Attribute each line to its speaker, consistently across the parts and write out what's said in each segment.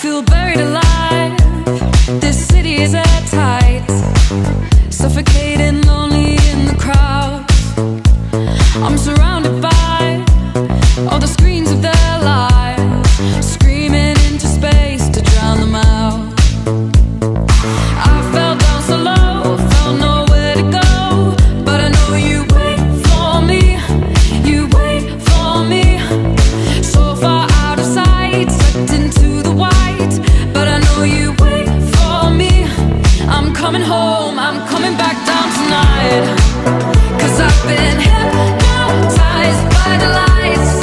Speaker 1: feel buried alive. This city is at tight, suffocating, lonely in the crowd. I'm surrounded by all the screens of their lives, screaming into space to drown them out. I fell down so low, found nowhere to go, but I know you wait for me. You wait for me. So far out of sight, sucked into the white, but I know you wait for me. I'm coming home, I'm coming back down tonight. Cause I've been hypnotized by the lights.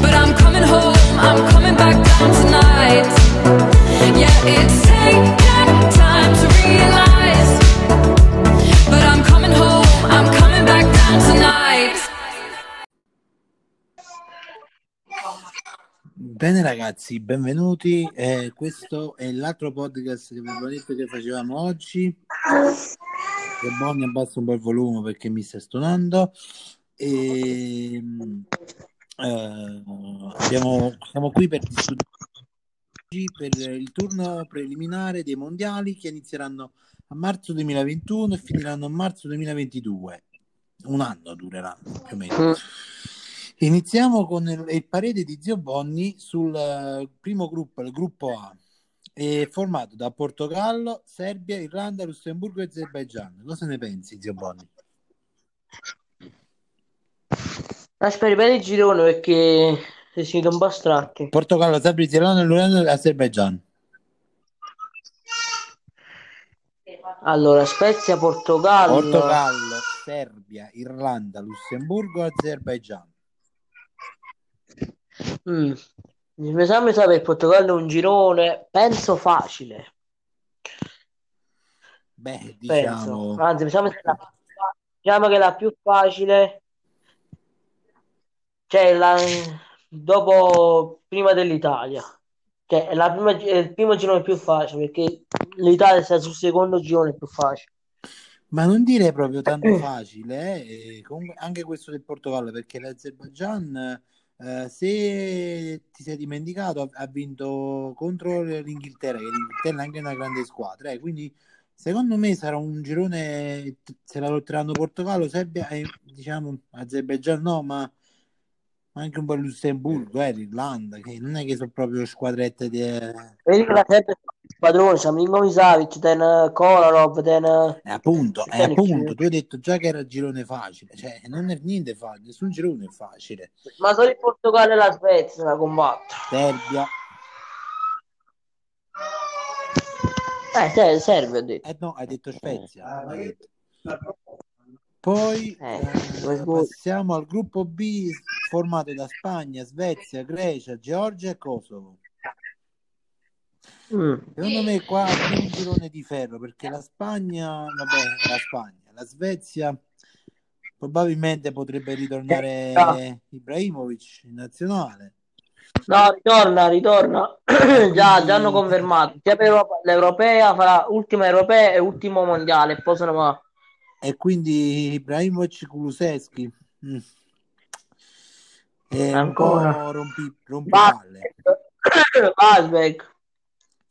Speaker 1: But I'm coming home, I'm coming back down tonight. Yeah, it's taken time to realize. But I'm coming home, I'm coming back down tonight.
Speaker 2: Bene ragazzi, benvenuti. Eh, questo è l'altro podcast che vi avevo detto che facevamo oggi. Bonnie abbassa un po' il volume perché mi sta stonando. E, mm, eh, abbiamo- siamo qui per discutere oggi per il turno preliminare dei mondiali che inizieranno a marzo 2021 e finiranno a marzo 2022. Un anno dureranno più o meno. Iniziamo con il, il parere di Zio Bonni sul eh, primo gruppo, il gruppo A, è formato da Portogallo, Serbia, Irlanda, Lussemburgo e Azerbaigian. Cosa ne pensi, Zio Bonni?
Speaker 3: Aspetta, ripeti il girone perché sei sentito un po' stracchi.
Speaker 2: Portogallo, Serbia, Irlanda, Irlanda e Azerbaigian.
Speaker 3: Allora, Spezia, Portogallo.
Speaker 2: Portogallo, Serbia, Irlanda, Lussemburgo e Azerbaigian.
Speaker 3: Mm. Il mio esame sa per il Portogallo un girone, penso facile.
Speaker 2: Beh,
Speaker 3: Penso.
Speaker 2: diciamo...
Speaker 3: Anzi, mi sa che la, diciamo che la più facile, cioè la, dopo, prima dell'Italia. Cioè, è, la prima- è il primo girone più facile perché l'Italia sta sul secondo girone più facile.
Speaker 2: Ma non dire proprio tanto facile, eh, e comunque anche questo del Portogallo, perché l'Azerbaigian, eh, se ti sei dimenticato, ha, ha vinto contro l'Inghilterra, che l'Inghilterra è anche una grande squadra, eh, quindi secondo me sarà un girone, se la lotteranno Portogallo, Serbia e diciamo Azerbaigian no, ma ma anche un po' il Lussemburgo, eh, l'Irlanda, che non è che sono proprio squadrette di... eh,
Speaker 3: Vedi che la sempre padrone, c'è Mingo Misavic, ten Kolarov, ten...
Speaker 2: Eh, appunto, eh,
Speaker 3: Sì,
Speaker 2: appunto,
Speaker 3: sì.
Speaker 2: tu hai detto già che era girone facile, cioè non è niente facile, nessun girone è facile.
Speaker 3: Ma solo il Portogallo e la Svezia la combatto.
Speaker 2: Serbia,
Speaker 3: Eh, se- serve, ho detto.
Speaker 2: eh no, hai detto Spezia. hai detto. Poi
Speaker 3: Eh,
Speaker 2: eh,
Speaker 3: poi-
Speaker 2: passiamo al gruppo B formato da Spagna, Svezia, Grecia, Georgia e Kosovo.
Speaker 3: Mm.
Speaker 2: Secondo me qua è un girone di ferro perché la Spagna, vabbè, la Spagna, la Svezia probabilmente potrebbe ritornare Ibrahimovic in nazionale.
Speaker 3: No, ritorna, ritorna. già, già hanno
Speaker 2: Quindi-
Speaker 3: confermato. Sia per l'Europa- l'Europea farà ultima Europea e ultimo mondiale. Poi se ne va.
Speaker 2: E quindi Ibrahimovic Kulusevski Mm. È un
Speaker 3: Ancora.
Speaker 2: po' rompi, rompipalle.
Speaker 3: Basberg. Basberg.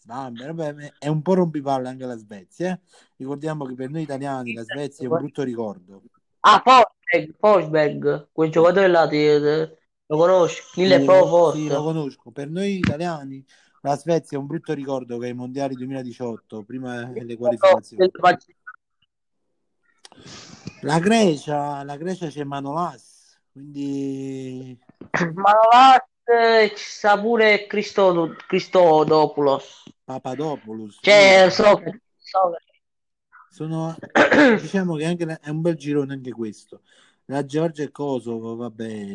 Speaker 2: Vabbè, vabbè, è un po' rompipalle anche la Svezia. eh. Ricordiamo che per noi italiani la Svezia è un brutto ricordo.
Speaker 3: Ah, Forsberg, Forsberg. Quel giocatore là ti- ti- lo conosci? Lille è proprio
Speaker 2: Sì,
Speaker 3: forte.
Speaker 2: lo conosco. Per noi italiani la Svezia è un brutto ricordo che ai mondiali 2018, prima delle qualificazioni. La Grecia, la Grecia c'è Manolas, quindi
Speaker 3: Ma là eh, ci sta pure Cristo- Cristodopoulos.
Speaker 2: Papadopoulos.
Speaker 3: Cioè, so, so-
Speaker 2: Sono, diciamo che anche la- è un bel girone anche questo. La Georgia e Kosovo, vabbè.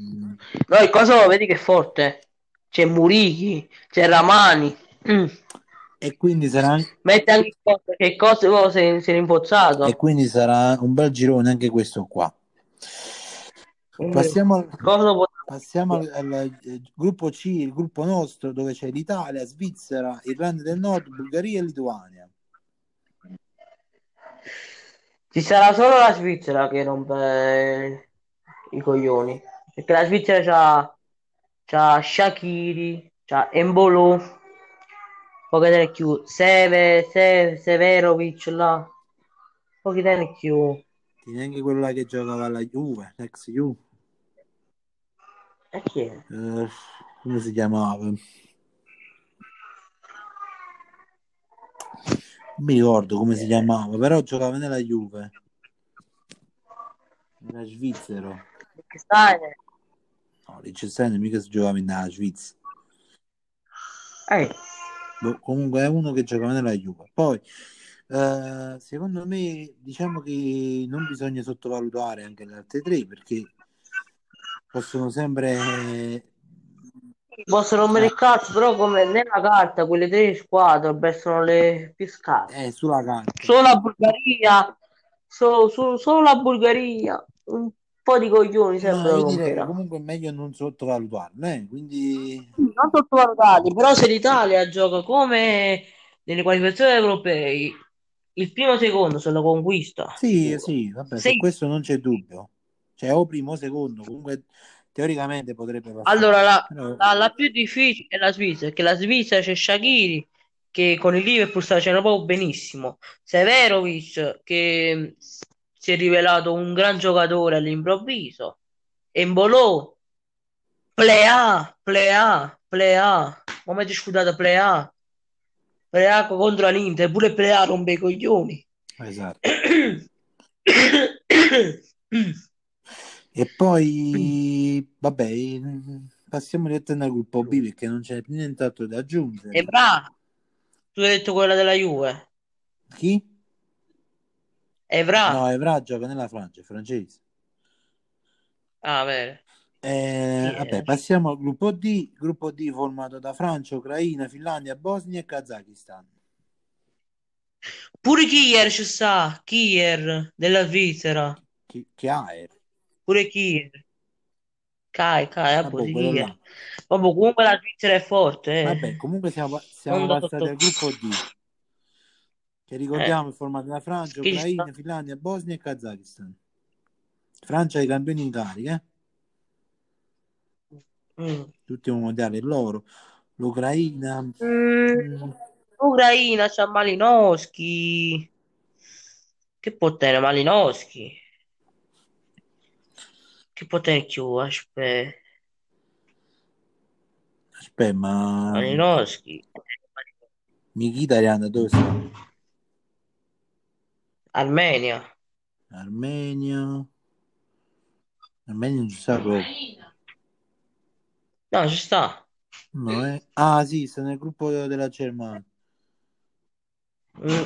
Speaker 2: Mm.
Speaker 3: no, il coso vedi che è forte. C'è Murichi, c'è Ramani. Mm.
Speaker 2: E quindi sarà,
Speaker 3: Mette anche il coso, che coso oh, se, se n'è
Speaker 2: e
Speaker 3: impozzato.
Speaker 2: quindi sarà un bel girone anche questo qua. Passiamo, al,
Speaker 3: Coso può-
Speaker 2: passiamo al- al, eh, gruppo C, il gruppo nostro, dove c'è l'Italia, Svizzera, Irlanda del Nord, Bulgaria e Lituania.
Speaker 3: Ci sarà solo la Svizzera che rompe i coglioni. Perché la Svizzera c'ha, c'ha Shakiri, Cioè, Embolo, pochi te ne più. Seve, Se- Severovic, là. Pochi te ne più.
Speaker 2: neanche quello là che giocava alla Juve, l'ex Juve.
Speaker 3: E chi è?
Speaker 2: Eh, come si chiamava? Non mi ricordo come si chiamava, però giocava nella Juve. Era svizzero.
Speaker 3: Liechtenstein?
Speaker 2: No, Liechtenstein mica si giocava nella Svizzera.
Speaker 3: Eh,
Speaker 2: Boh, comunque è uno che giocava nella Juve. Poi, eh, secondo me, diciamo che non bisogna sottovalutare anche le altre tre perché possono sempre... eh,
Speaker 3: posso rompere il cazzo, però come nella carta quelle tre squadre versano le più scarse.
Speaker 2: Eh, sulla carta.
Speaker 3: Solo la Bulgaria, solo, solo- solo la Bulgaria, un po' di coglioni
Speaker 2: No,
Speaker 3: sempre
Speaker 2: io
Speaker 3: lo
Speaker 2: direi che
Speaker 3: romperà.
Speaker 2: comunque è meglio non sottovalutarle, eh, quindi
Speaker 3: Non sottovalutati, però se l'Italia gioca come nelle qualificazioni europee, il primo e il secondo se lo conquista.
Speaker 2: sì,
Speaker 3: sicuro.
Speaker 2: sì, vabbè, su
Speaker 3: Sì.
Speaker 2: questo non c'è dubbio. Cioè, o primo o secondo, comunque teoricamente potrebbe passare.
Speaker 3: Allora la,
Speaker 2: Però-
Speaker 3: la- la più difficile è la Svizzera, che la Svizzera c'è Shaqiri che con il Liverpool sta facendo proprio benissimo, Severovic che mm, si è rivelato un gran giocatore all'improvviso, Embolò, Plea, Plea, Plea, come ti scudate Plea, Plea contro l'Inter, pure Plea rompe i coglioni.
Speaker 2: Esatto. E poi, vabbè, passiamo direttamente al gruppo B perché non c'è nient'altro da aggiungere.
Speaker 3: E bravo, tu hai detto quella della Juve,
Speaker 2: Chi?
Speaker 3: e bravo.
Speaker 2: No, Evra gioca nella Francia, è francese.
Speaker 3: Ah, bene.
Speaker 2: Eh,
Speaker 3: Sì,
Speaker 2: vabbè,
Speaker 3: eh.
Speaker 2: passiamo al gruppo D, gruppo D formato da Francia, Ucraina, Finlandia, Bosnia e Kazakistan.
Speaker 3: Pure Kier ci sta, Kier della Svizzera,
Speaker 2: Chi, chi ha? eh?
Speaker 3: pure Kier. Cai, cai,
Speaker 2: Ah,
Speaker 3: a
Speaker 2: boh, quello là.
Speaker 3: Vabbè, comunque la Svizzera è forte, eh.
Speaker 2: Vabbè, comunque siamo, siamo
Speaker 3: Non da
Speaker 2: passati al gruppo D, che
Speaker 3: Eh.
Speaker 2: ricordiamo è formato da Francia,
Speaker 3: Chi ci
Speaker 2: Ucraina, Finlandia, Bosnia e Kazakistan. Francia è i campioni in carica, eh?
Speaker 3: Mm.
Speaker 2: l'ultimo mondiale è loro. L'Ucraina,
Speaker 3: Mm,
Speaker 2: mm,
Speaker 3: Ucraina c'ha Malinowski. Che potere Malinowski? Che potere più, aspetta.
Speaker 2: aspetta, ma
Speaker 3: Malinowski.
Speaker 2: Mkhitaryan dove sta?
Speaker 3: Armenia.
Speaker 2: Armenia, Armenia non ci sa proprio.
Speaker 3: No, ci sta.
Speaker 2: No, eh. Ah, sì, sta nel gruppo della Germania.
Speaker 3: Mm.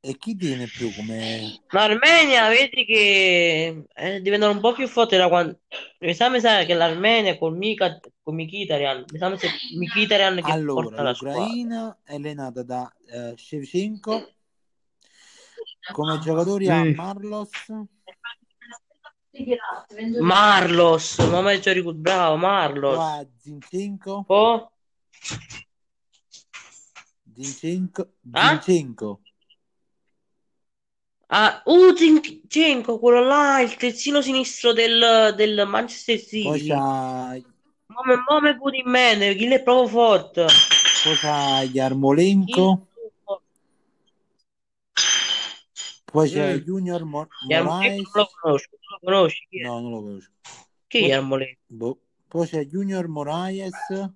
Speaker 2: E chi tiene più come...
Speaker 3: L'Armenia, vedi che eh, diventano un po' più forti da quando... Mi sa, mi sa che l'Armenia con, Mika, con Mkhitaryan, mi sa mi sa- Mkhitaryan che
Speaker 2: Allora,
Speaker 3: porta la squadra.
Speaker 2: l'Ucraina è allenata da eh, Shevchenko, come giocatori ha
Speaker 3: Mm.
Speaker 2: Marlos,
Speaker 3: Marlos, non mi ricordo, bravo, Marlos.
Speaker 2: qua Zinchenko,
Speaker 3: Oh,
Speaker 2: Zinchenko,
Speaker 3: Ah?
Speaker 2: Zinchenko,
Speaker 3: ah, uh, Zin- Zenko, quello là, il terzino sinistro del, del Manchester
Speaker 2: poi
Speaker 3: City.
Speaker 2: c'ha,
Speaker 3: Ma me- ma me pure in mente, chi è proprio forte?
Speaker 2: poi c'ha
Speaker 3: Chi è
Speaker 2: Yarmolenko,
Speaker 3: proprio forte?
Speaker 2: poi c'è
Speaker 3: Mm.
Speaker 2: Junior Mo-
Speaker 3: Yarmolenko
Speaker 2: Moraes,
Speaker 3: non lo conosco, non lo conosci chi è?
Speaker 2: no, non lo conosco,
Speaker 3: Chi è Yarmolenko?
Speaker 2: Boh. poi c'è Junior Moraes,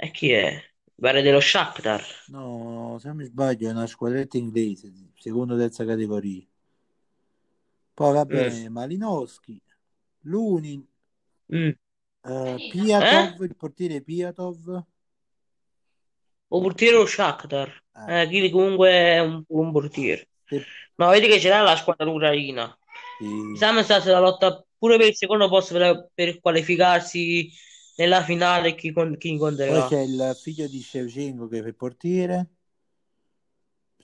Speaker 3: E chi è? Pare dello Shakhtar.
Speaker 2: no, se non mi sbaglio è una squadretta inglese, seconda o terza categoria, poi
Speaker 3: Eh,
Speaker 2: vabbè, Malinowski, Lunin,
Speaker 3: Mm.
Speaker 2: eh, Piatov, il portiere Piatov,
Speaker 3: O portiere lo Shakhtar.
Speaker 2: eh,
Speaker 3: Eh, chi comunque è un buon portiere.
Speaker 2: Ste-
Speaker 3: Ma vedi che ce l'ha la squadra ucraina. Mi
Speaker 2: sì.
Speaker 3: sa che sta la lotta pure per il secondo posto per, per qualificarsi nella finale chi, con- chi
Speaker 2: Poi
Speaker 3: incontrerà.
Speaker 2: c'è il figlio di Shevchenko che è il portiere,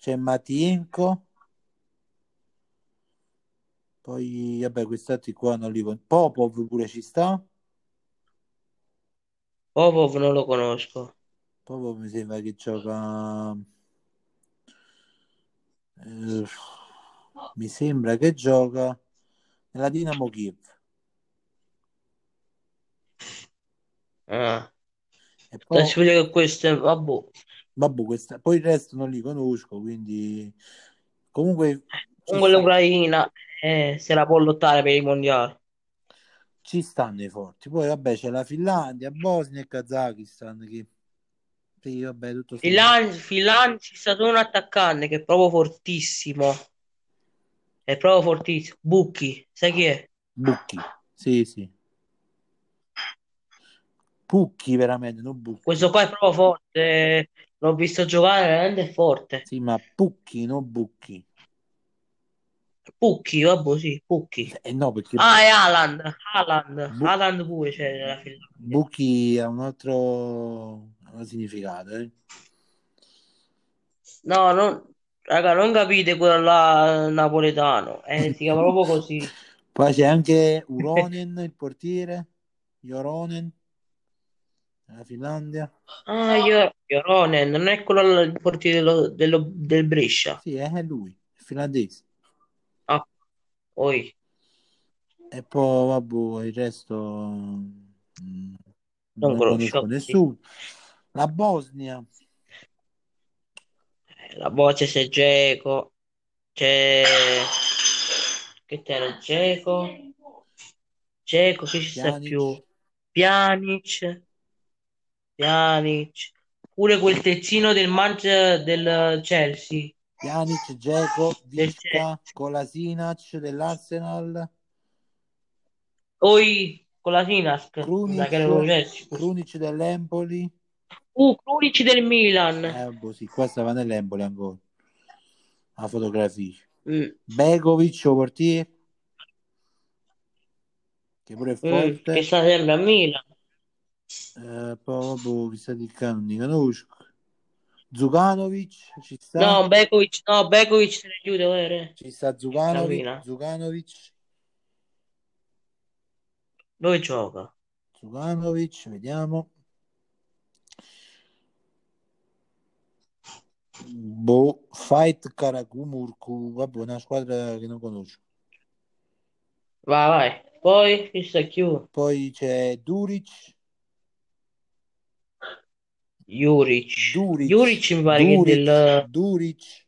Speaker 2: c'è Matienko, poi vabbè quest'altro qua non li con- Popov pure ci sta,
Speaker 3: Popov non lo conosco.
Speaker 2: Popov mi sembra che gioca, eh, mi sembra che gioca nella Dinamo Kiev,
Speaker 3: Ah,
Speaker 2: E poi,
Speaker 3: adesso vedo che questo è... Vabbè.
Speaker 2: vabbè, questa- poi il resto non li conosco, quindi comunque ci,
Speaker 3: Comunque
Speaker 2: sta-
Speaker 3: l'Ucraina eh, se la può lottare per i mondiali.
Speaker 2: ci stanno i forti. Poi vabbè c'è la Finlandia, Bosnia e Kazakistan. Che... Sì, vabbè, tutto sommato.
Speaker 3: Finlan- Finlandia ci sta solo un attaccante che è proprio fortissimo. È proprio fortissimo. Bucchi, sai chi è?
Speaker 2: Bucchi, sì, sì. Bucchi veramente, non Bucchi.
Speaker 3: Questo qua è proprio forte. L'ho visto giocare, veramente è forte.
Speaker 2: Sì, ma Pucchi, non Bucchi.
Speaker 3: Pucchi, vabbè, sì, Pucchi.
Speaker 2: Eh no, perché
Speaker 3: Ah, è Haaland, Haaland,
Speaker 2: Bu-
Speaker 3: Haaland pure c'è nella Finlandia.
Speaker 2: Bucchi ha un altro significato, eh.
Speaker 3: No, non, raga, non capite quello là napoletano. Eh, si chiama proprio così.
Speaker 2: Poi c'è anche Uronen, il portiere, Joronen, della Finlandia.
Speaker 3: Ah, Io- Joronen, non è quello là, il portiere dello- dello- del Brescia.
Speaker 2: Sì, eh, è lui, finlandese.
Speaker 3: Ah, poi.
Speaker 2: E poi, vabbè, il resto mm,
Speaker 3: Non
Speaker 2: non conosco
Speaker 3: conosco. Eh,
Speaker 2: nessuno. La Bosnia,
Speaker 3: La voce c'è Geco. C'è. Che c'era Geco? Geco, chi ci sta più?
Speaker 2: Pjanic,
Speaker 3: Pjanic, Pjanic. Pure quel terzino del Manchester del Chelsea.
Speaker 2: Pjanic, Dzeko,
Speaker 3: Del
Speaker 2: Višća,
Speaker 3: Chelsea.
Speaker 2: Kolasinac dell'Arsenal,
Speaker 3: Oi, con la Sinac, da che
Speaker 2: Krunic,
Speaker 3: lo conosci.
Speaker 2: Krunic dell'Empoli.
Speaker 3: Uh, Krunic del Milan.
Speaker 2: Eh, boh, sì, qua stava nell'Empoli ancora, la fotografia.
Speaker 3: Mm,
Speaker 2: Begovic, o portiere, che pure è
Speaker 3: mm, che
Speaker 2: forte.
Speaker 3: sta sempre a Milan.
Speaker 2: Eh, poi, boh, chissà di che non li conosco. Zuganovic, ci sta?
Speaker 3: No, Bekovic, no, Bekovic se ne chiude, vero?
Speaker 2: Ci sta
Speaker 3: La
Speaker 2: Zuganovic,
Speaker 3: Milan.
Speaker 2: Zuganovic,
Speaker 3: Dove gioca?
Speaker 2: Zuganovic, vediamo. Boh, Fight Karakumurku, vabbè, una squadra che non conosco.
Speaker 3: Vai, vai. Poi chi sta chiude?
Speaker 2: Poi c'è Duric,
Speaker 3: Juric.
Speaker 2: Duric,
Speaker 3: Juric mi pare che è
Speaker 2: Duric,
Speaker 3: del...
Speaker 2: Duric,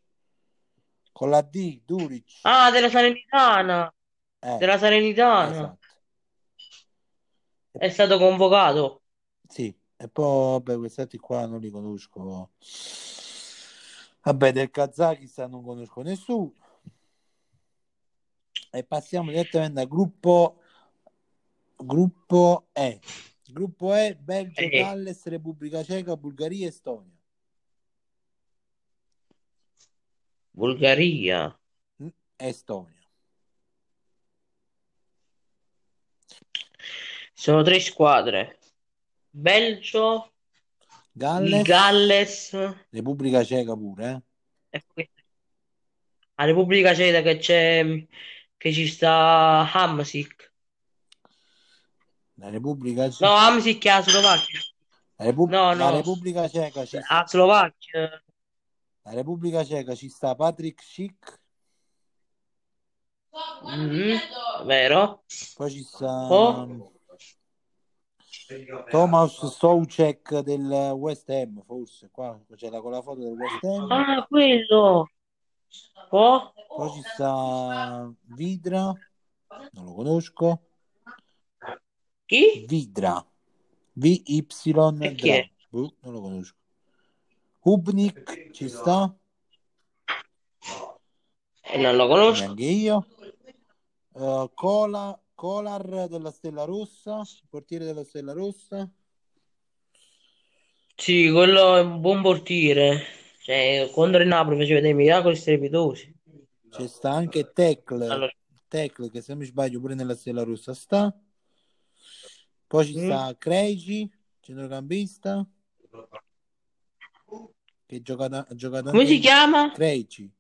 Speaker 2: con la D, Duric.
Speaker 3: Ah, della Salernitana.
Speaker 2: Eh,
Speaker 3: Della Salernitana.
Speaker 2: esatto. E-
Speaker 3: È stato convocato.
Speaker 2: sì, e poi, vabbè, questi qua non li conosco. Vabbè, del Kazakistan non conosco nessuno. E passiamo direttamente al gruppo, gruppo E. Gruppo E, Belgio,
Speaker 3: Eh,
Speaker 2: Galles, Repubblica Ceca, Bulgaria, Estonia.
Speaker 3: Bulgaria.
Speaker 2: Mm, Estonia.
Speaker 3: Sono tre squadre. Belgio, il
Speaker 2: Galles,
Speaker 3: Galles
Speaker 2: Repubblica Ceca pure, eh.
Speaker 3: e poi la Repubblica Ceca che c'è che ci sta Hamsik.
Speaker 2: La Repubblica, Ce-
Speaker 3: No, Hamsik è la Slovacchia.
Speaker 2: la Repu-
Speaker 3: No, Ah.
Speaker 2: la
Speaker 3: no,
Speaker 2: Repubblica Ceca ci
Speaker 3: la
Speaker 2: sta,
Speaker 3: Slovacchia.
Speaker 2: la Repubblica Ceca ci sta Patrick Schick,
Speaker 3: Mhm, vero?
Speaker 2: poi ci sta
Speaker 3: Poi
Speaker 2: Thomas Soucek del West Ham, forse qua c'è la, con la foto del West Ham,
Speaker 3: Ah, quello. Poi
Speaker 2: poi ci sta Vidra, non lo conosco,
Speaker 3: chi?
Speaker 2: Vidra, VY
Speaker 3: E chi
Speaker 2: Dra,
Speaker 3: è?
Speaker 2: Boh, non lo conosco, Hubnik ci sta,
Speaker 3: Eh, non lo conosco.
Speaker 2: neanche io, Eh, Cola, Colar della Stella Rossa, portiere della Stella Rossa.
Speaker 3: Sì, quello è un buon portiere. Cioè, contro il Napoli faceva dei miracoli strepitosi.
Speaker 2: C'è sta anche Tecl,
Speaker 3: Allora,
Speaker 2: Tecl che se non mi sbaglio pure nella Stella Rossa sta. Poi ci
Speaker 3: mm?
Speaker 2: sta Cregi, centrocampista, che gioca- ha giocato
Speaker 3: Come
Speaker 2: anche
Speaker 3: si
Speaker 2: in
Speaker 3: chiama?
Speaker 2: Cregi.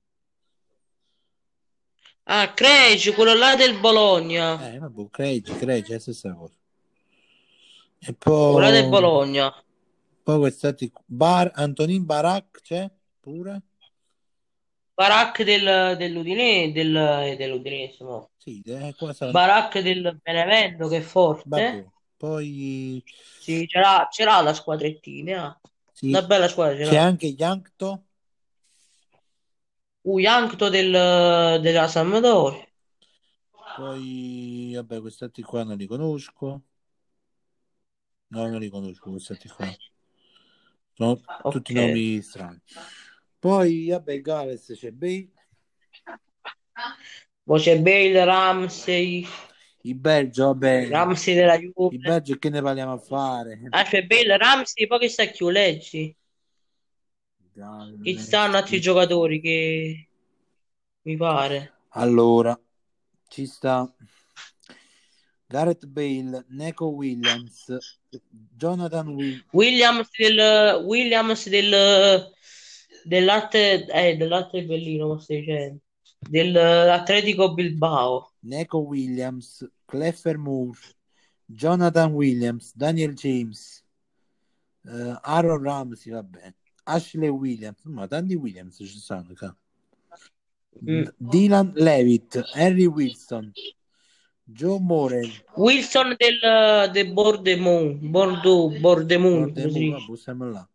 Speaker 3: Ah, Creci, quello là del Bologna.
Speaker 2: Eh, vabbè, Cregi, Cregi, è la stessa cosa. E
Speaker 3: Quello là del
Speaker 2: poi,
Speaker 3: Bologna.
Speaker 2: poi quest'altro qui, Bar, Antonin Barak c'è pure.
Speaker 3: Barak del, dell'Udinese, del, dell'Udinese, no.
Speaker 2: Sì, eh, qua sta-
Speaker 3: Barak del Benevento che è forte.
Speaker 2: vabbè. Poi
Speaker 3: Sì, ce l'ha, ce l'ha la squadrettina.
Speaker 2: sì, eh.
Speaker 3: Una bella squadra ce
Speaker 2: c'è
Speaker 3: l'ha.
Speaker 2: anche Yankto.
Speaker 3: Uh, Jankto del, della Sampdoria.
Speaker 2: Poi, vabbè, quest'altro qua non li conosco. No, non li conosco quest'altro qua. Sono tutti
Speaker 3: Ok.
Speaker 2: nomi strani. Poi, vabbè, il Galles c'è Bale.
Speaker 3: Poi c'è Bale, Ramsey,
Speaker 2: Il Belgio, vabbè,
Speaker 3: Ramsey della
Speaker 2: il
Speaker 3: Juve.
Speaker 2: Belgio che ne parliamo a fare?
Speaker 3: Ah, c'è Bale, Ramsey, poi che sta chi leggi? Ci stanno altri
Speaker 2: Galles.
Speaker 3: giocatori che mi pare.
Speaker 2: Allora, ci sta Gareth Bale, Neco Williams, Jonathan Will,
Speaker 3: Williams del Williams del del latte eh, del latte bellino, come stai dicendo? Dell'Atletico Bilbao.
Speaker 2: Neco Williams, Cleffer Moore, Jonathan Williams, Daniel James, eh, Aaron Ramsey, vabbè, Ashley Williams, ma tanti Williams ci stanno qua.
Speaker 3: Mm.
Speaker 2: D- Dylan Levitt, Henry Wilson, Joe Morel,
Speaker 3: Wilson del del Bordeaux, Bordeaux, Bordeaux, come si
Speaker 2: Bordeaux,
Speaker 3: dice?
Speaker 2: vabbè, siamo là.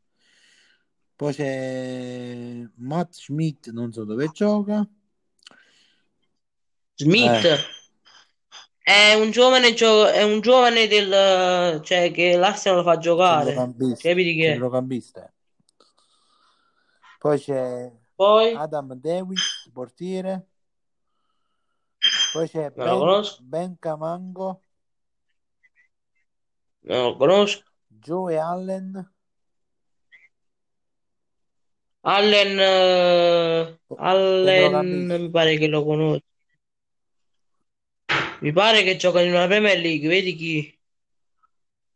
Speaker 2: Poi c'è Matt Schmidt, non so dove gioca.
Speaker 3: Smith
Speaker 2: Eh,
Speaker 3: è un giovane gio- è un giovane del cioè che l'Arsenal lo fa giocare.
Speaker 2: centrocampista,
Speaker 3: Capiti chi è?
Speaker 2: centrocampista. eh. Poi c'è
Speaker 3: Poi
Speaker 2: Adam Davis, portiere. Poi c'è
Speaker 3: non lo
Speaker 2: Ben,
Speaker 3: conosco,
Speaker 2: ben Camango,
Speaker 3: non lo conosco.
Speaker 2: Joe Allen,
Speaker 3: Allen, eh, Allen,
Speaker 2: centrocampista.
Speaker 3: mi pare che lo conosco. Mi pare che gioca in una Premier League, vedi chi?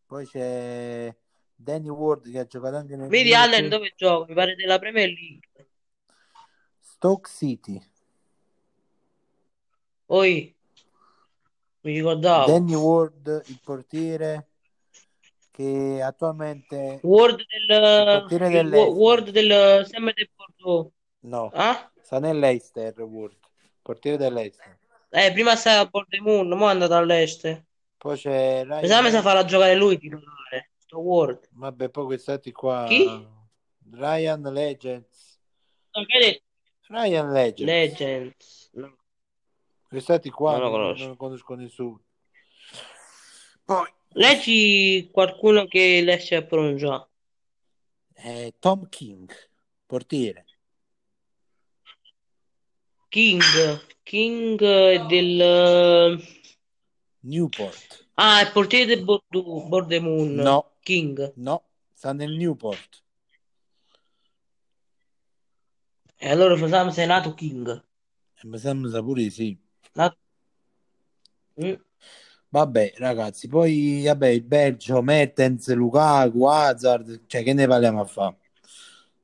Speaker 2: Poi c'è Danny Ward che ha giocato anche nel
Speaker 3: Vedi Allen
Speaker 2: Liverpool.
Speaker 3: dove gioca, mi pare della Premier League.
Speaker 2: Stoke City,
Speaker 3: Oi, mi ricordavo.
Speaker 2: Danny Ward, il portiere che attualmente
Speaker 3: Ward
Speaker 2: è il
Speaker 3: del,
Speaker 2: portiere
Speaker 3: il Wa-
Speaker 2: dell'Eister.
Speaker 3: Ward del, sempre del Porto.
Speaker 2: No,
Speaker 3: Ah?
Speaker 2: sta nell'Eister Ward, portiere dell'Eister.
Speaker 3: Eh, prima stava a Pordenone, mo è andato all'est.
Speaker 2: Poi c'è
Speaker 3: Mi
Speaker 2: Ryan
Speaker 3: sa, mi sa
Speaker 2: Mason.
Speaker 3: farà giocare lui titolare, sto Ward.
Speaker 2: Vabbè, poi quest'altro
Speaker 3: Chi?
Speaker 2: qua. Ryan Legends.
Speaker 3: No, che hai detto?
Speaker 2: Ryan Legends.
Speaker 3: Legends. No,
Speaker 2: Quest'altro qua
Speaker 3: non lo
Speaker 2: non,
Speaker 3: conosco.
Speaker 2: non conosco nessuno. Poi
Speaker 3: Leggi qualcuno che riesce a pronunciare.
Speaker 2: eh, Tom King, portiere.
Speaker 3: King, King è del...
Speaker 2: Newport.
Speaker 3: Ah, il portiere del Bordeaux, Bordemoon,
Speaker 2: No,
Speaker 3: King.
Speaker 2: no, sta nel Newport.
Speaker 3: E allora Fosam sei nato King.
Speaker 2: E Eh, mi sembra pure di sì.
Speaker 3: Nato... Mm.
Speaker 2: Vabbè, ragazzi, poi vabbè, il Belgio, Mertens, Lukaku, Hazard, cioè che ne parliamo a fa?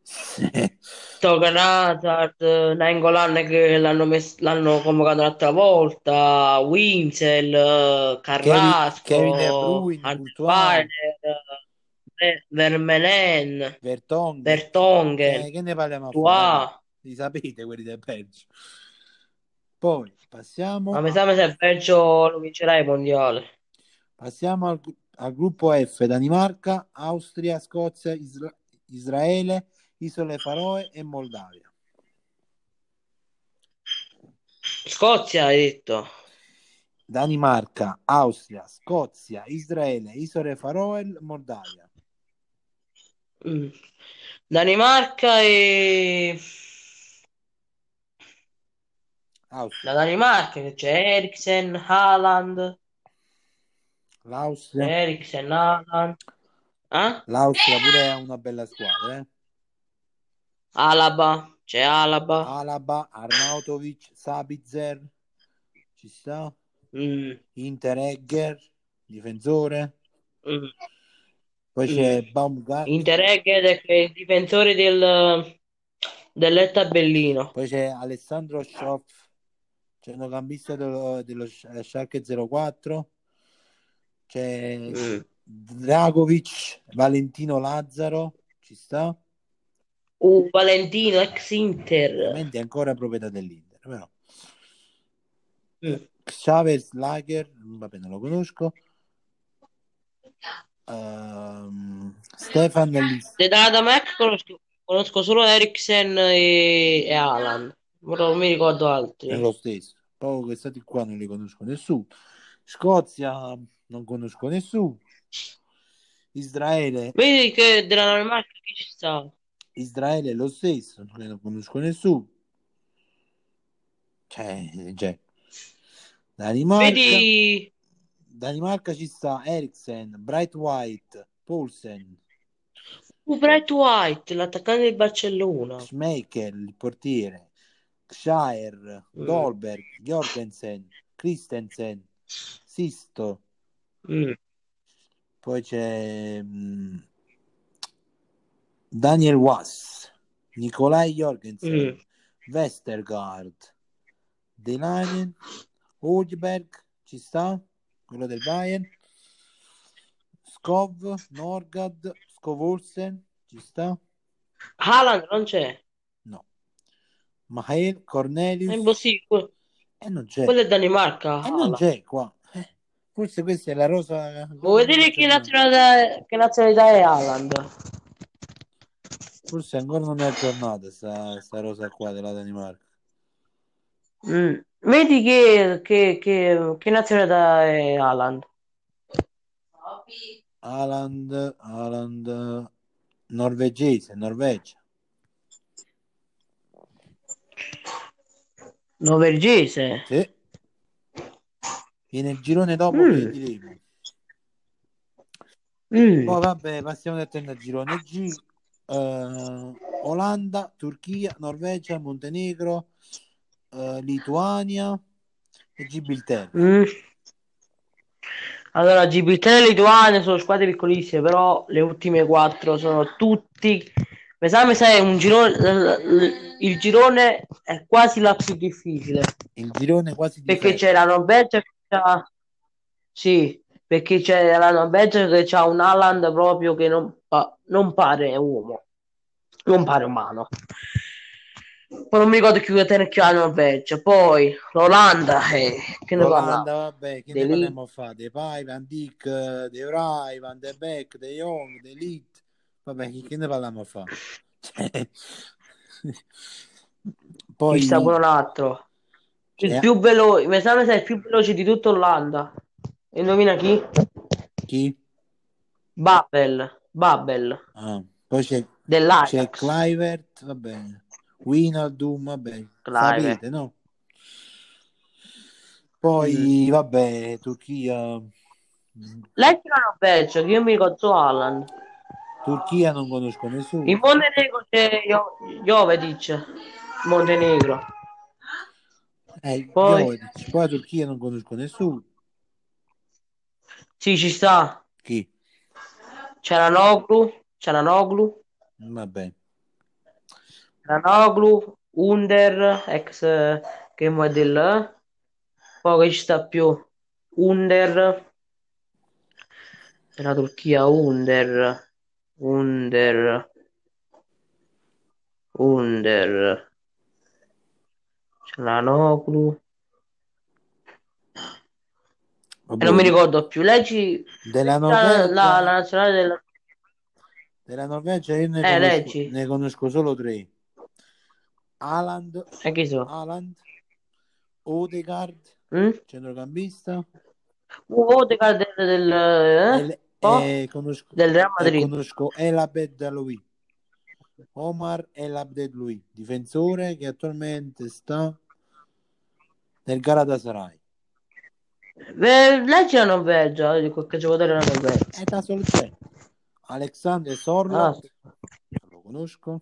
Speaker 3: Togan Hazard, Nainggolan che l'hanno mess- l'hanno convocato un'altra volta, Winzel, eh,
Speaker 2: Kevin, Kevin De
Speaker 3: Carrasco,
Speaker 2: Bruyne, Courtois,
Speaker 3: Anderweiler, eh, Vermelen,
Speaker 2: Vertonghen,
Speaker 3: Vertonghen,
Speaker 2: cioè che ne parliamo a fa, raga?
Speaker 3: Tua.
Speaker 2: Li sapete quelli del Belgio. Poi
Speaker 3: Ma
Speaker 2: passiamo,
Speaker 3: mi sa che se il Belgio lo vincerà il mondiale.
Speaker 2: passiamo al, al gruppo F, Danimarca, Austria, Scozia, Isra- Israele, Isole Faroe e Moldavia.
Speaker 3: Scozia, hai detto.
Speaker 2: Danimarca, Austria, Scozia, Israele, Isole Faroe, Moldavia.
Speaker 3: Mm. Danimarca e la
Speaker 2: Austria,
Speaker 3: Danimarca che c'è Eriksen, Haaland, Eh.
Speaker 2: l'Austria,
Speaker 3: Eriksen, Haaland, eh?
Speaker 2: l'Austria pure è una bella squadra, eh?
Speaker 3: Alaba, c'è Alaba,
Speaker 2: Alaba, Arnautovic, Sabitzer, ci sta,
Speaker 3: Mm,
Speaker 2: Interegger, difensore,
Speaker 3: mm,
Speaker 2: poi
Speaker 3: mm.
Speaker 2: c'è Baumgartner,
Speaker 3: Interegger che è il difensore del, dell'Etta Bellino.
Speaker 2: poi c'è Alessandro Schoff, centrocampista dello, dello Sch- eh, Schalke 04, c'è
Speaker 3: Mm.
Speaker 2: Dragovic, Valentino Lazzaro, ci sta,
Speaker 3: Uh, Valentino, ex Inter.
Speaker 2: ovviamente è ancora proprietà dell'Inter, però.
Speaker 3: Mm.
Speaker 2: Xavier Lager, vabbè non lo conosco, ehm, Stefan Lis-
Speaker 3: De data Mac conosco, conosco solo Eriksen e, e Haaland, ora non mi ricordo
Speaker 2: è
Speaker 3: altri.
Speaker 2: Eh, lo stesso. Proprio che stati qua non li conosco nessuno. Scozia non conosco nessuno. Israele,
Speaker 3: Vedi che della Danimarca chi ci sta?
Speaker 2: Israele è lo stesso, non ne conosco nessuno. Cioè, cioè. Danimarca,
Speaker 3: Vedi,
Speaker 2: Danimarca ci sta Eriksen, Bright White, Poulsen,
Speaker 3: uh, Bright White, l'attaccante del Barcellona.
Speaker 2: Schmeichel, il portiere, Shire,
Speaker 3: Mm.
Speaker 2: Dolberg, Jorgensen, Christensen, Sisto,
Speaker 3: Mm.
Speaker 2: poi c'è mm, Daniel Was, Nicolai Jorgensen,
Speaker 3: Mm.
Speaker 2: Westergaard, Delanen, Hulberg, ci sta, quello del Bayern, Skov, Norgad, Skovolsen, ci sta,
Speaker 3: Haaland non c'è,
Speaker 2: no, Maher,
Speaker 3: è
Speaker 2: Cornelius,
Speaker 3: impossibile.
Speaker 2: e non c'è,
Speaker 3: Quella è Danimarca.
Speaker 2: e Eh. non
Speaker 3: Haaland.
Speaker 2: c'è qua, Eh, forse questa è la rosa...
Speaker 3: Vuoi vedere che nazionalità, che nazionalità è Haaland?
Speaker 2: Forse ancora non è aggiornata sta, sta rosa qua della Danimarca.
Speaker 3: Mm. Vedi che, che, che, che nazionalità è Haaland?
Speaker 2: Haaland, Haaland, norvegese, Norvegia.
Speaker 3: Norvegese.
Speaker 2: Sì. Viene il girone dopo
Speaker 3: Mm.
Speaker 2: che diremo.
Speaker 3: Mm.
Speaker 2: Poi vabbè, passiamo direttamente al girone G. Eh, Olanda, Turchia, Norvegia, Montenegro, eh, Lituania e Gibilterra.
Speaker 3: Mm. Allora, Gibilterra e Lituania ah, sono squadre piccolissime, però le ultime quattro sono tutti. Mi sa, mi sa, è un girone. l- l- Il girone è quasi la più difficile
Speaker 2: Il girone quasi di ferro.
Speaker 3: perché c'è la Norvegia che c'ha... Sì, perché c'è la Norvegia che c'ha un Haaland proprio che non, pa- non pare uomo, non pare umano. Poi non mi ricordo chi che la Norvegia. Poi l'Olanda, eh, che ne
Speaker 2: L'Olanda,
Speaker 3: parla?
Speaker 2: vabbè, che
Speaker 3: De
Speaker 2: ne
Speaker 3: Ligt.
Speaker 2: parliamo a fare? De Pai, Van Dijk, eh, De Vrij, Van de Beek, De Jong, De Ligt. Vabbè, che, che ne parliamo a fare?
Speaker 3: Ci
Speaker 2: Poi
Speaker 3: sta pure un altro. Il
Speaker 2: Eh.
Speaker 3: più veloce, mi sa mi sa il più veloce di tutta Olanda. Indovina chi?
Speaker 2: chi?
Speaker 3: Babel, Babel
Speaker 2: Ah, poi c'è,
Speaker 3: Ah,
Speaker 2: c'è
Speaker 3: dell'Ajax.
Speaker 2: Kluivert, va bene. Wijnaldum, va bene.
Speaker 3: Clive.
Speaker 2: Sapete, no? Poi, vabbè, Turchia.
Speaker 3: Lei c'è la Norvegia, che io mi ricordo Alan.
Speaker 2: Turchia non conosco nessuno.
Speaker 3: In Montenegro c'è Io- Jovetic, Montenegro.
Speaker 2: Eh,
Speaker 3: Poi-
Speaker 2: Jovetic. Poi Turchia non conosco nessuno.
Speaker 3: Sì, ci sta.
Speaker 2: Chi?
Speaker 3: C'è la Noglu, c'è la Noglu,
Speaker 2: Vabbè.
Speaker 3: la Noglu, Under, ex eh, che mo è del... Poi che ci sta più? Under. La Turchia under, under, under. C'è la Noglu. E
Speaker 2: Vabbè.
Speaker 3: non mi ricordo più. Lei ci...
Speaker 2: Della
Speaker 3: La,
Speaker 2: Norvegia,
Speaker 3: la, la nazionale della...
Speaker 2: della Norvegia io ne,
Speaker 3: Eh,
Speaker 2: conosco,
Speaker 3: leggi.
Speaker 2: ne conosco solo tre. Haaland,
Speaker 3: E eh, chi so?
Speaker 2: Haaland, Odegaard,
Speaker 3: Mm?
Speaker 2: centrocampista,
Speaker 3: Uh, Odegaard del... del, eh?
Speaker 2: e,
Speaker 3: Oh,
Speaker 2: e conosco,
Speaker 3: del Real
Speaker 2: e
Speaker 3: Madrid.
Speaker 2: conosco El Abdel Lui, Omar El Abdel Lui, difensore che attualmente sta nel Galatasaray.
Speaker 3: Eh, leggi la Norvegia, di qualche giocatore della Norvegia.
Speaker 2: È da solo c'è. Alexander Sorloth,
Speaker 3: Ah.
Speaker 2: non lo conosco,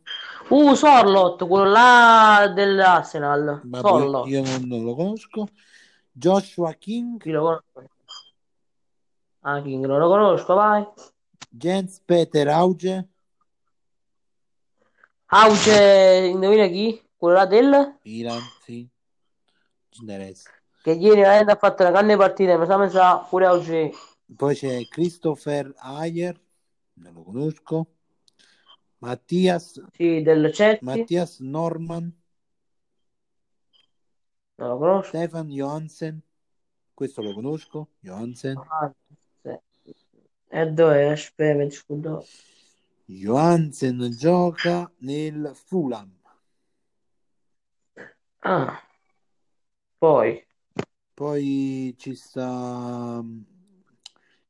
Speaker 3: Uh, Sorlot, quello là dell'Arsenal.
Speaker 2: ma io,
Speaker 3: Sorlot.
Speaker 2: io non, non lo conosco. Joshua King,
Speaker 3: Chi lo conosco? Ah, King, non lo conosco, vai.
Speaker 2: Jens Peter Auge,
Speaker 3: Auge, Ah, indovina chi? Quello là del...
Speaker 2: Milan, sì, ci interessa.
Speaker 3: che ieri veramente ha fatto una grande partita, mi sa, mi sa pure oggi.
Speaker 2: Poi c'è Christopher Ayer, non lo conosco. Mattias,
Speaker 3: Sì, del Chelsea,
Speaker 2: Mattias Norman,
Speaker 3: non lo conosco.
Speaker 2: Stefan Johansen, questo lo conosco, Johansen.
Speaker 3: Ah, sì. Eh, E dove? Aspetta, mi scordo.
Speaker 2: Johansen gioca nel Fulham.
Speaker 3: Ah, poi.
Speaker 2: Poi ci sta mm,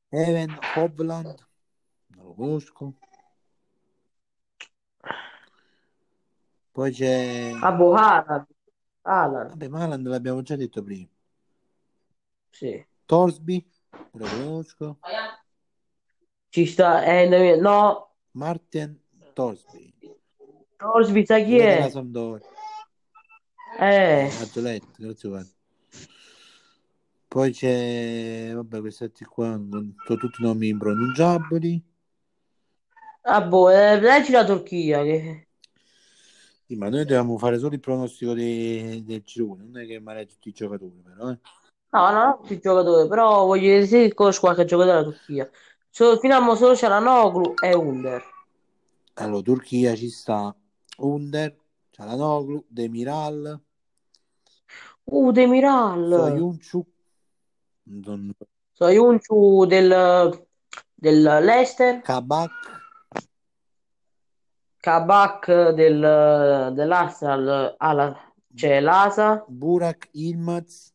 Speaker 2: Even Hovland, non lo conosco. Poi c'è...
Speaker 3: Abu Haaland. Haaland,
Speaker 2: Vabbè, Maland l'abbiamo già detto prima.
Speaker 3: sì.
Speaker 2: Torsby, non lo conosco.
Speaker 3: Ci sta, eh, no, no,
Speaker 2: Martin Torsby.
Speaker 3: Crosby, sai chi
Speaker 2: quello
Speaker 3: è?
Speaker 2: della Sampdoria.
Speaker 3: Eh,
Speaker 2: Azzoletta, grazie guarda. Poi c'è, vabbè, questi qua non- sono tutti nomi impronunciabili.
Speaker 3: ah, boh, eh, leggi la Turchia, che...
Speaker 2: Sì, ma noi dobbiamo fare solo il pronostico de- del girone, non è che male tutti i giocatori, però. eh.
Speaker 3: No, no, non tutti giocatore, però voglio dire se conosco qualche giocatore della Turchia. So- fino a mo solo c'è la Noglu e Under.
Speaker 2: Allora, Turchia ci sta Under, Cialanoglu, Demiral,
Speaker 3: Uh, Demiral.
Speaker 2: Soyuncu. non-
Speaker 3: Soyuncu del, del Leicester,
Speaker 2: Kabak,
Speaker 3: Kabak del, dell'Arsenal, alla, c'è l'Asa,
Speaker 2: Burak, Ilmaz,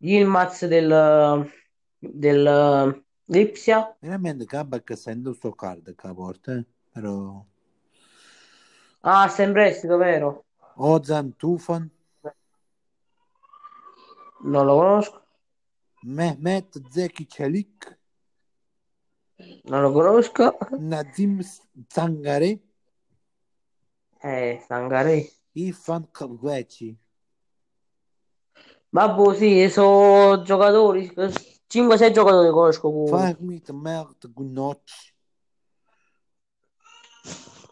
Speaker 3: Yilmaz del, del Lipsia.
Speaker 2: veramente Kabak sta in sto card che porta, eh, però
Speaker 3: Ah, sta in prestito, vero?
Speaker 2: Ozan, Tufan,
Speaker 3: Non lo conosco,
Speaker 2: Mehmet Zeki Çelik,
Speaker 3: non lo conosco.
Speaker 2: Nazim Zangare,
Speaker 3: Eh, Sangare.
Speaker 2: Ifan Kavveci.
Speaker 3: Vabbè, sì, sono giocatori, 5-6 giocatori conosco pure.
Speaker 2: Fahmit Mert Gunoc.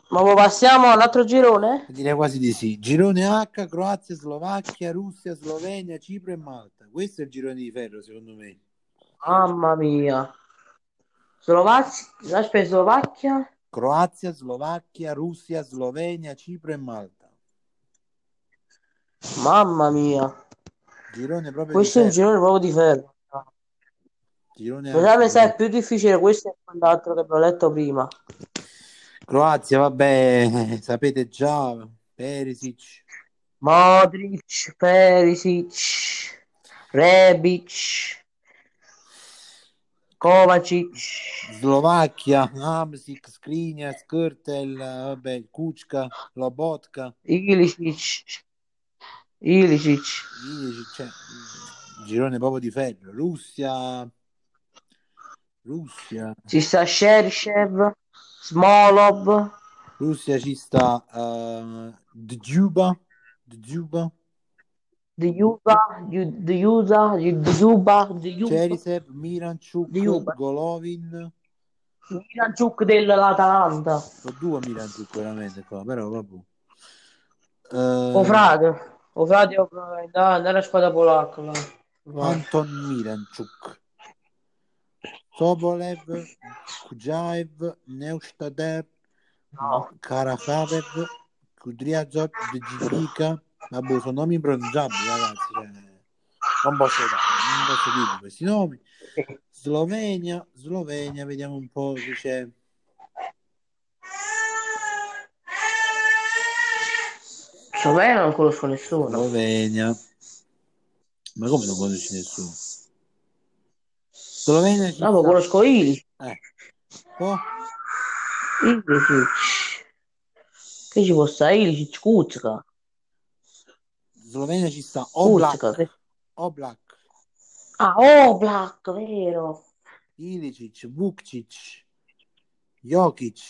Speaker 3: Ma poi passiamo all'altro girone?
Speaker 2: Direi quasi di sì. Girone H, Croazia, Slovacchia, Russia, Slovenia, Cipro e Malta. Questo è il girone di ferro, secondo me.
Speaker 3: Mamma mia. Slovacchia, aspetta, Slovacchia.
Speaker 2: Croazia, Slovacchia, Russia, Slovenia, Cipro e Malta.
Speaker 3: Mamma mia.
Speaker 2: Girone proprio
Speaker 3: Questo è un
Speaker 2: di ferro.
Speaker 3: girone proprio di ferro.
Speaker 2: Girone
Speaker 3: Però mi
Speaker 2: H.
Speaker 3: sa è più difficile questo che quell'altro che avevo letto prima.
Speaker 2: Croazia, vabbè, sapete già, Perisic,
Speaker 3: Modric, Perisic, Rebic, Kovacic,
Speaker 2: Slovacchia, Hamsik, Skriniar, Skrtel, vabbè, Kuczka, Lobotka,
Speaker 3: Ilicic, Ilicic,
Speaker 2: Ilicic, cioè, girone proprio di ferro. Russia, Russia,
Speaker 3: ci sta Sherishev, Smolov,
Speaker 2: Russia ci sta eh, Djuba, Djuba,
Speaker 3: Djuba, Dju- Djuza, Dju- Djuba, Djuba,
Speaker 2: Cherisev, Miranchuk,
Speaker 3: Djuba,
Speaker 2: Golovin,
Speaker 3: Miranchuk dell'Atalanta.
Speaker 2: sono due Miranchuk veramente qua, però vabbè.
Speaker 3: O
Speaker 2: Eh,
Speaker 3: frate, o frate, o frate, dai, dai la squadra polacca. là. Vai.
Speaker 2: Anton Miranchuk, Sobolev, Kujaev, Neustader,
Speaker 3: No.
Speaker 2: Karafaev, Kudryazov, Djidica. Vabbè, sono nomi impronunciabili, ragazzi. cioè, non posso non posso dire questi nomi. Slovenia, Slovenia, vediamo un po' chi c'è.
Speaker 3: Slovenia non conosco nessuno.
Speaker 2: Slovenia. Ma come non conosci nessuno? Slovenia ci
Speaker 3: No, ma
Speaker 2: sta.
Speaker 3: conosco Ilicic.
Speaker 2: Eh. Oh,
Speaker 3: Ilicic. Che ci può stare? Ilicic, Kuzka.
Speaker 2: Slovenia ci sta.
Speaker 3: Kuzka.
Speaker 2: Oblak.
Speaker 3: che-
Speaker 2: Oblak.
Speaker 3: Ah, Oblak, vero.
Speaker 2: Ilicic, Vukcic, Jokic,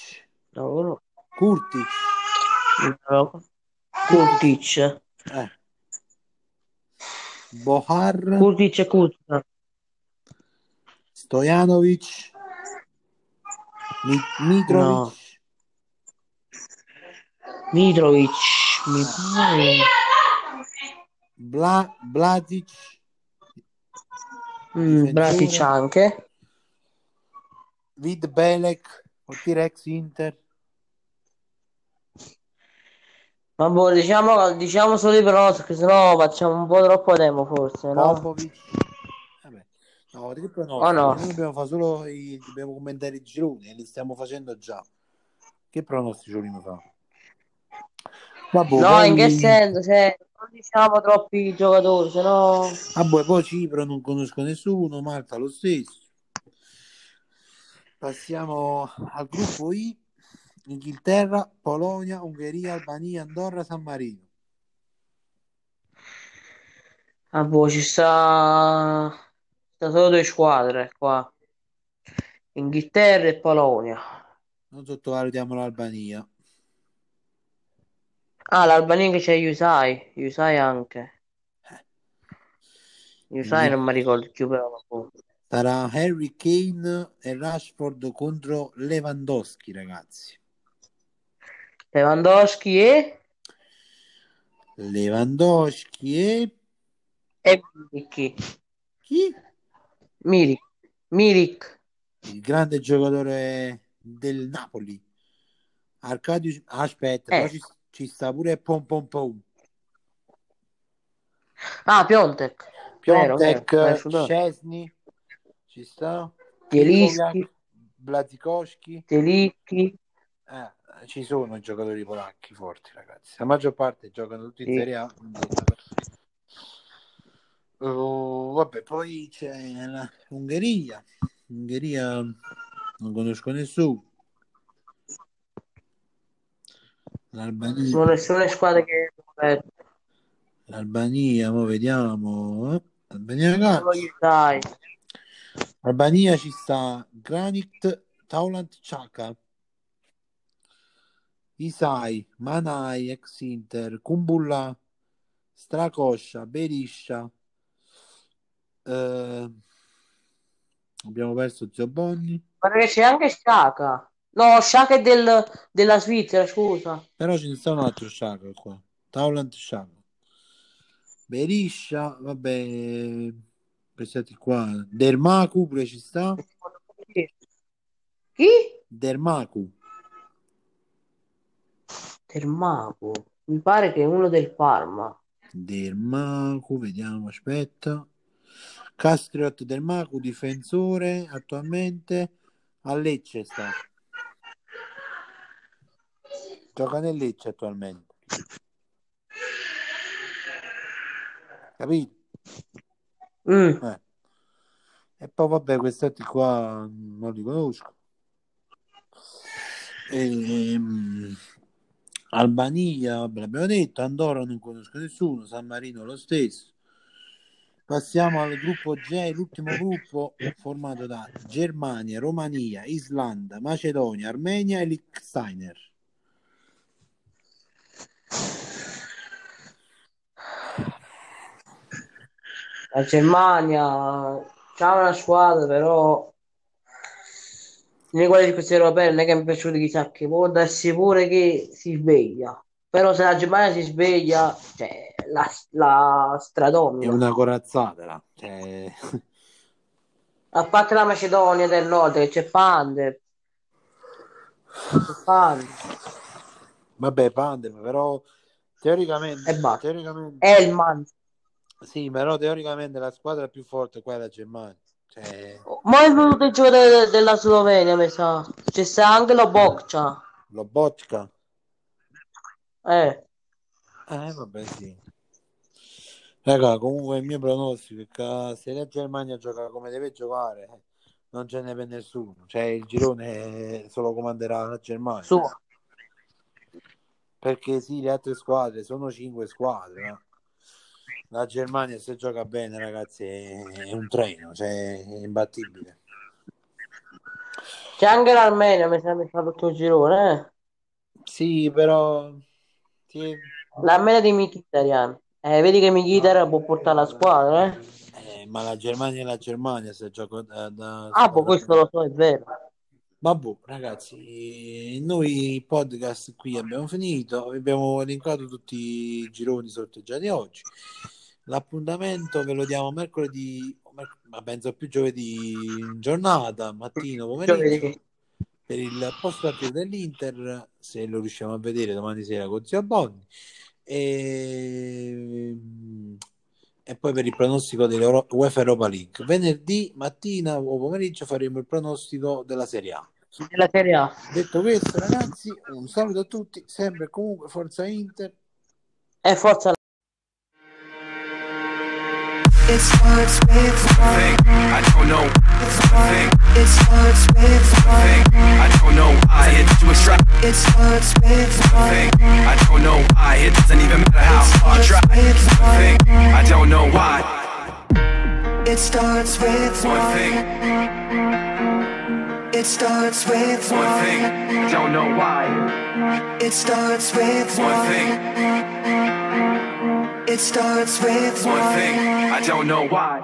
Speaker 3: No, no.
Speaker 2: Kurtic,
Speaker 3: no. Kurtic.
Speaker 2: eh, Bohar,
Speaker 3: Kurtic e Kuzka.
Speaker 2: Stojanovic, Mi- Mitrovic,
Speaker 3: No. Mitrovic. Mi-
Speaker 2: Bla- Blazic,
Speaker 3: Mm, Bratic
Speaker 2: difensore,
Speaker 3: anche.
Speaker 2: Vid Belek, T-Rex Inter,
Speaker 3: Ma boh, diciamo, diciamo solo i pronostici, sennò facciamo un po' troppo tempo forse, no?
Speaker 2: Popovic. Vabbè. No, di che poi no,
Speaker 3: Oh, no.
Speaker 2: noi dobbiamo fare solo i, dobbiamo commentare i gironi e li stiamo facendo già. Che pronostici vogliamo fare? Vabbè,
Speaker 3: No, in che
Speaker 2: poi-
Speaker 3: senso? Se non diciamo troppi giocatori, sennò
Speaker 2: Vabbè, Ah, boh, poi Cipro non conosco nessuno, Malta lo stesso. Passiamo al gruppo I, Inghilterra, Polonia, Ungheria, Albania, Andorra, San Marino.
Speaker 3: Ah, boh, ci sta... ci sta solo due squadre qua. Inghilterra e Polonia.
Speaker 2: Non sottovalutiamo l'Albania.
Speaker 3: Ah, l'Albania che c'è Yusai. Yusai anche. Yusai non mi ricordo più però. boh. vabbè.
Speaker 2: Sarà Harry Kane e Rashford contro Lewandowski, ragazzi.
Speaker 3: Lewandowski e...
Speaker 2: Lewandowski e
Speaker 3: e Milik.
Speaker 2: chi?
Speaker 3: Milik. Milik.
Speaker 2: Il grande giocatore del Napoli. Arcadio, aspetta,
Speaker 3: Eh.
Speaker 2: però ci, ci sta pure Pom Pom Pom.
Speaker 3: Ah, Piontek. Vero, vero,
Speaker 2: Piontek,
Speaker 3: vero.
Speaker 2: Szczesny, ci sta?
Speaker 3: Zielinski,
Speaker 2: Blazikowski,
Speaker 3: Zielinski.
Speaker 2: eh, ci sono i giocatori polacchi forti ragazzi, la maggior parte giocano tutti in
Speaker 3: Sì.
Speaker 2: Serie A. quindi- Oh, vabbè, poi c'è l'Ungheria, Ungheria non conosco nessuno. L'Albania,
Speaker 3: Non sono le squadre che... eh,
Speaker 2: l'Albania, mo vediamo. eh. Albania,
Speaker 3: solo
Speaker 2: ragazzi.
Speaker 3: Yusai.
Speaker 2: Albania ci sta Granit Taulant Chaka Isai, Manai, ex Inter, Kumbulla, Stracoscia, Beriscia. Eh, abbiamo perso Zio Bonni,
Speaker 3: Guarda che c'è anche Sciaca. No, Sciaca è del, della Svizzera, scusa.
Speaker 2: però ce ne sta un altro Chaka qua. Taulant Chaka. Beriscia, vabbè, questi qua. Dermaku pure ci sta.
Speaker 3: Chi?
Speaker 2: Dermaku.
Speaker 3: Termaco. Mi pare che è uno del Parma.
Speaker 2: Del Macu, vediamo, aspetta. Castriot del Macu, difensore attualmente a Lecce sta. Gioca nel Lecce attualmente. Capito?
Speaker 3: Mm.
Speaker 2: Eh. E poi vabbè, quest'altri qua non li conosco. Ehm, Albania, vabbè, l'abbiamo detto, Andorra non conosco nessuno, San Marino lo stesso. Passiamo al gruppo G, l'ultimo gruppo formato da Germania, Romania, Islanda, Macedonia, Armenia e Liechtenstein.
Speaker 3: La Germania c'ha una squadra, però nelle quali di queste europee non è che mi è piaciuto chissà che può darsi pure che si sveglia. Però se la Germania si sveglia, cioè, la, la
Speaker 2: È
Speaker 3: stradomina.
Speaker 2: una corazzata, là. Cioè,
Speaker 3: A parte la Macedonia del Nord, che c'è Pande. C'è Pande.
Speaker 2: vabbè, pandema, però teoricamente,
Speaker 3: E basta.
Speaker 2: teoricamente
Speaker 3: Elman.
Speaker 2: Sì, però teoricamente la squadra più forte qua è la Germania. Cioè,
Speaker 3: Ma è venuto il giocatore de- della Slovenia, mi sa. C'è sta anche la Boccia.
Speaker 2: Lobotka.
Speaker 3: Eh.
Speaker 2: Eh, vabbè, sì. Raga, comunque il mio pronostico è che se la Germania gioca come deve giocare, eh, non ce ne per nessuno. Cioè, il girone eh, se lo comanderà la Germania.
Speaker 3: Su.
Speaker 2: Perché sì, le altre squadre sono cinque squadre, ma la Germania se gioca bene, ragazzi, è è un treno, cioè, è imbattibile.
Speaker 3: C'è anche l'Armenia, mi sa, mi fa tutto il girone.
Speaker 2: Sì, però... sì,
Speaker 3: Eh. L'Armenia di Mkhitaryan. Eh, vedi che Mkhitaryan può portare la squadra, eh.
Speaker 2: Eh, ma la Germania è la Germania se gioco da, da-
Speaker 3: Ah, boh, questo lo so, è vero.
Speaker 2: Ma boh, ragazzi, noi il podcast qui abbiamo finito, abbiamo elencato tutti i gironi sorteggiati oggi. L'appuntamento ve lo diamo mercoledì, o merc- ma penso più giovedì in giornata, mattino, pomeriggio,
Speaker 3: Giovedì.
Speaker 2: per il post partita dell'Inter, se lo riusciamo a vedere domani sera con Zio Bonni. E... e poi per il pronostico della UEFA Europa League. Venerdì mattina o pomeriggio faremo il pronostico della Serie A.
Speaker 3: Della Serie A.
Speaker 2: Detto questo, ragazzi, un saluto a tutti, sempre e comunque Forza Inter.
Speaker 3: E forza
Speaker 4: It starts with one
Speaker 5: thing. I don't know. Thing.
Speaker 4: It starts with one
Speaker 5: Thing. I don't know. I hit to extract.
Speaker 4: It starts with one
Speaker 5: Thing. I don't know. I hit doesn't even matter how I try. Thing. I don't know why.
Speaker 4: It starts with
Speaker 5: One
Speaker 4: one
Speaker 5: thing.
Speaker 4: It starts with
Speaker 5: One
Speaker 4: one
Speaker 5: thing. Don't know why.
Speaker 4: It starts with
Speaker 5: One
Speaker 4: one
Speaker 5: thing.
Speaker 4: It starts with
Speaker 5: One
Speaker 4: one
Speaker 5: thing. I don't know why.